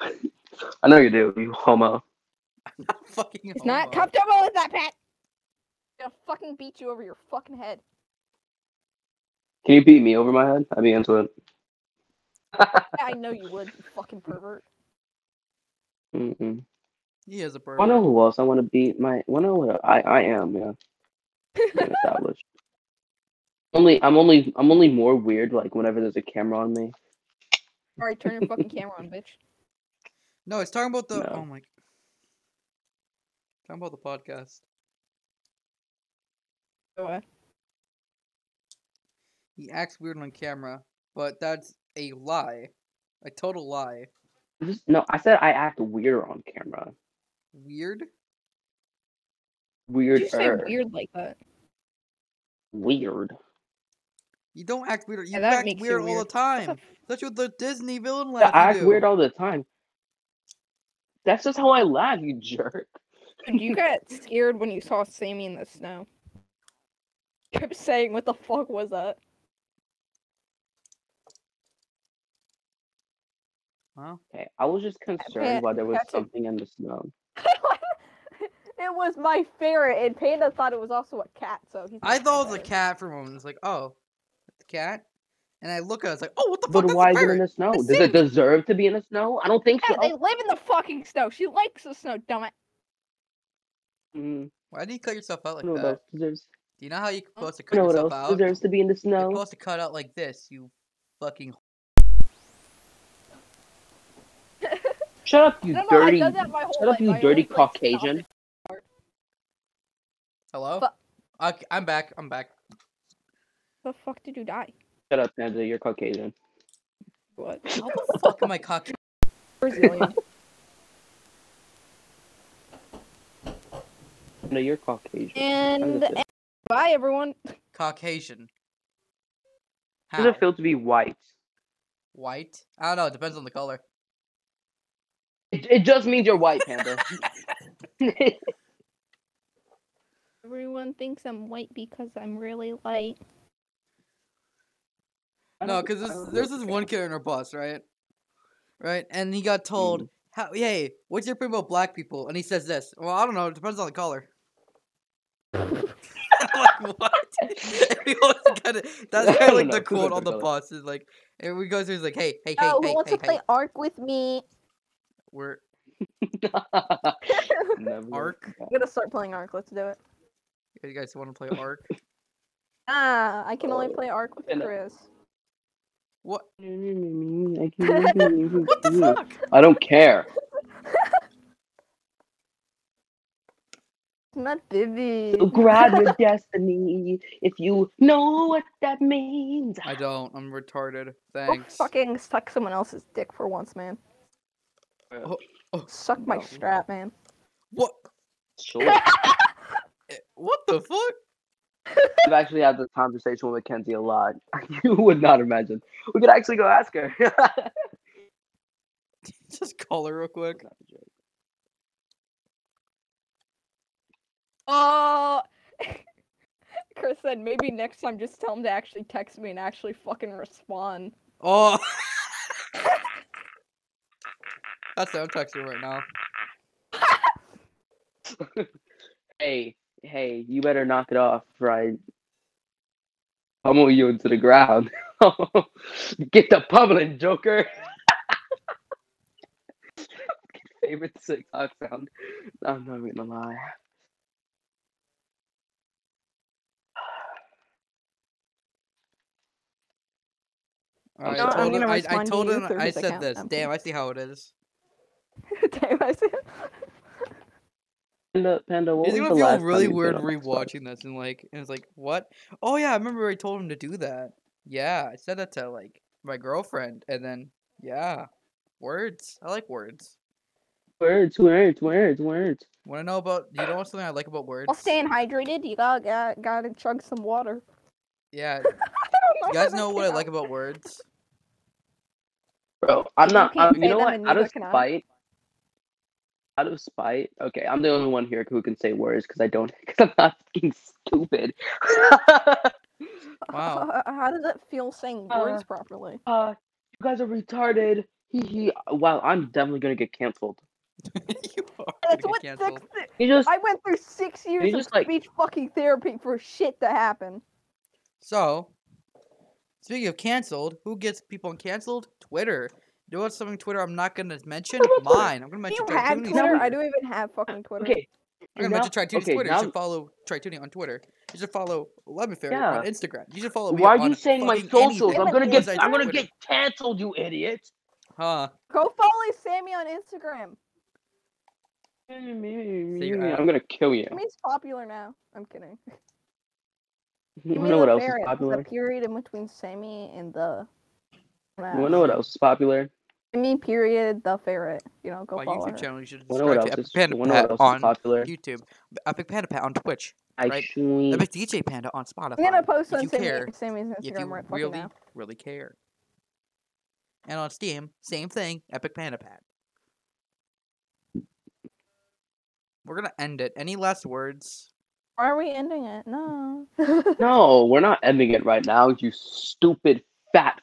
I know you do, you homo.
Fucking
He's not
homo.
comfortable with that, Pat. I'm gonna fucking beat you over your fucking head.
Can you beat me over my head? I'd be into it.
Yeah, I know you would, you fucking pervert.
Mm-mm.
He is a
I
pervert.
know who else I want to beat. My, I know what I, I am. Yeah, been established. Only, I'm only, I'm only more weird. Like whenever there's a camera on me.
Alright, turn your fucking camera on, bitch.
No, it's talking about the.
No.
Oh my. Talking about the podcast.
Go away.
He acts weird on camera, but that's a lie. A total lie.
Just- No, I said I act weirder on camera.
Weird?
Did
Weirder.
you say weird like that?
Weird.
You don't act weird. You
that
act
makes you
weird all
weird.
the time. That's what the Disney villain laugh.
I
you
act
do.
weird all the time. That's just how I laugh, you jerk.
Dude, you got scared when you saw Sammy in the snow. Kept saying, what the fuck was that?
Okay, I was just concerned why there was
Patrick.
something in the snow.
it was my ferret, and Panda thought it was also a cat, so he's
I
like,
thought it was a
"Okay."
cat for a moment. It's like, oh, the cat? And I look at it, it's like, oh, what the fuck?
But
That's
why
a
is it
ferret.
in the snow?
It's
Does
Sammy.
it deserve to be in the snow? I don't think
Yeah,
so.
they live in the fucking snow. She likes the snow, dumbass.
Mm,
Why do you cut yourself out
I
like
don't know what
that?
else deserves.
Do you know how you're supposed to
I
cut
don't know what
yourself
else
out?
deserves to be in the
You're
snow.
supposed to cut out like this, you fucking.
Shut up, you
I don't know,
dirty.
I've done that my whole
Shut up,
life.
you
I
dirty
always, like, stop
Caucasian.
it.
Hello?
Fu-
Okay, I'm back. I'm back.
The fuck did you die?
Shut up, Panda. You're Caucasian.
What?
How the fuck am I cocky?
Brazilian.
No, you're Caucasian.
and
How does it-
bye, everyone.
Caucasian?
How
How?
does it feel to be white?
White? I don't know. It depends on the color.
It, it just means you're white, Panda.
Everyone thinks I'm white because I'm really light.
No, because there's this one kid in our bus, right? Right, and he got told,
Mm-hmm.
"How? Hey, what's your opinion about black people?" And he says this. Well, I don't know. It depends on the color. I'm like what? And we always get it. That's
I
kind of like
don't know,
the
it depends
quote
on
on
the
the
color.
bus. Is like, and we go through. He's like, "Hey, hey, hey,
oh,
hey,
who wants
hey,
to
hey.
play Ark with me?
We're
Never
Arc.
I'm gonna start playing Ark. Let's do it.
You guys want to play Ark?
Ah, I can only
Oh,
play Ark with
and-
Chris.
What?
what
What the fuck?
I don't care.
It's not Vivi.
Grab your destiny if you know what that means.
I don't. I'm retarded.
Go
Thanks.
fucking suck someone else's dick for once, man.
Oh,
oh.
Suck my
No.
strap, man.
What?
Sure.
eh, What the fuck?
I've actually had this conversation with Mackenzie a lot. you would not imagine. We could actually go ask her.
Just call her real quick.
Oh. Chris said maybe next time just tell him to actually text me and actually fucking respond.
Oh. That's what I'm texting right now.
hey, hey, you better knock it off, Ryan. Pummel you into the ground. Get the pummeling, Joker. Favorite TikTok sound. I'm not even gonna lie.
All right,
No,
I
I'm
told him.
gonna
I, I
respond to
told
you
him.
through
I
his
said
account.
this.
I'm
Damn, I see how it is.
Damn, I see-
Panda, Panda, what
It's
was
gonna
the
feel
last
really
time you
weird
been on Xbox?
rewatching this and like, and it's like, what? Oh yeah, I remember I told him to do that. Yeah, I said that to like my girlfriend, and then yeah, words. I like words.
Words, words, words, words.
Want to know about? You know what's something I like about words?
While staying hydrated, you gotta, gotta, gotta chug some water.
Yeah,
I don't know
you
how
guys
that
know what I
came out.
like about words.
Bro, I'm
You
not.
can't
I'm,
say
you know
them
what?
and
Out
neither
of
can I.
spite. Out of spite. Okay, I'm the only one here who can say words because I don't. Because I'm not fucking stupid.
Wow.
How does it feel saying words
Uh,
properly?
uh, you guys are retarded. Hee hee. Wow, I'm definitely gonna get canceled.
you are
That's
gonna
what
get canceled.
six-
You just.
I went through six years
just,
of
like-
speech fucking therapy for shit to happen.
So, speaking of canceled, who gets people canceled? Twitter. You know what's something Twitter I'm not gonna mention?
What about Twitter?
Mine. I'm gonna
Do
mention
you have
Tritooni's
Twitter?
Twitter.
I don't even have fucking Twitter.
Uh, okay.
I'm gonna
now-
mention Tritoonie's
okay,
Twitter.
now-
You should follow Tritoonie on Twitter. You should follow Lemon Fairy on Instagram. You should follow me
Why
on
are you saying my
fucking anything
socials? I'm
Damn it,
gonna
dude.
get.
besides
I'm gonna
Twitter.
get canceled, you idiot.
Huh.
Go follow Sammy on Instagram.
you're out.
I'm gonna kill you.
Sammy's popular now. I'm kidding.
You
You
wanna know what else is
There
popular?
was a period in between Sammy and the.
You wanna know what else is popular?
Sammy period the ferret. You know, go
My
follow
YouTube
her.
channel. You should
Wanna know what
subscribe to
else
Epic
is?
Panda
Wanna know
Pat
what else is Mm.
on
popular?
YouTube. Epic Panda Pat on Twitch. right?
Actually,
Epic DJ Panda on Spotify.
I'm gonna post
if
on
you
Sammy,
care.
Sammy's
if
Instagram
you
right fucking
really,
now.
really care. And on Steam, same thing, Epic Panda Pad. We're gonna end it. Any last words?
Why are we ending it? No.
no, we're not ending it right now. You stupid fat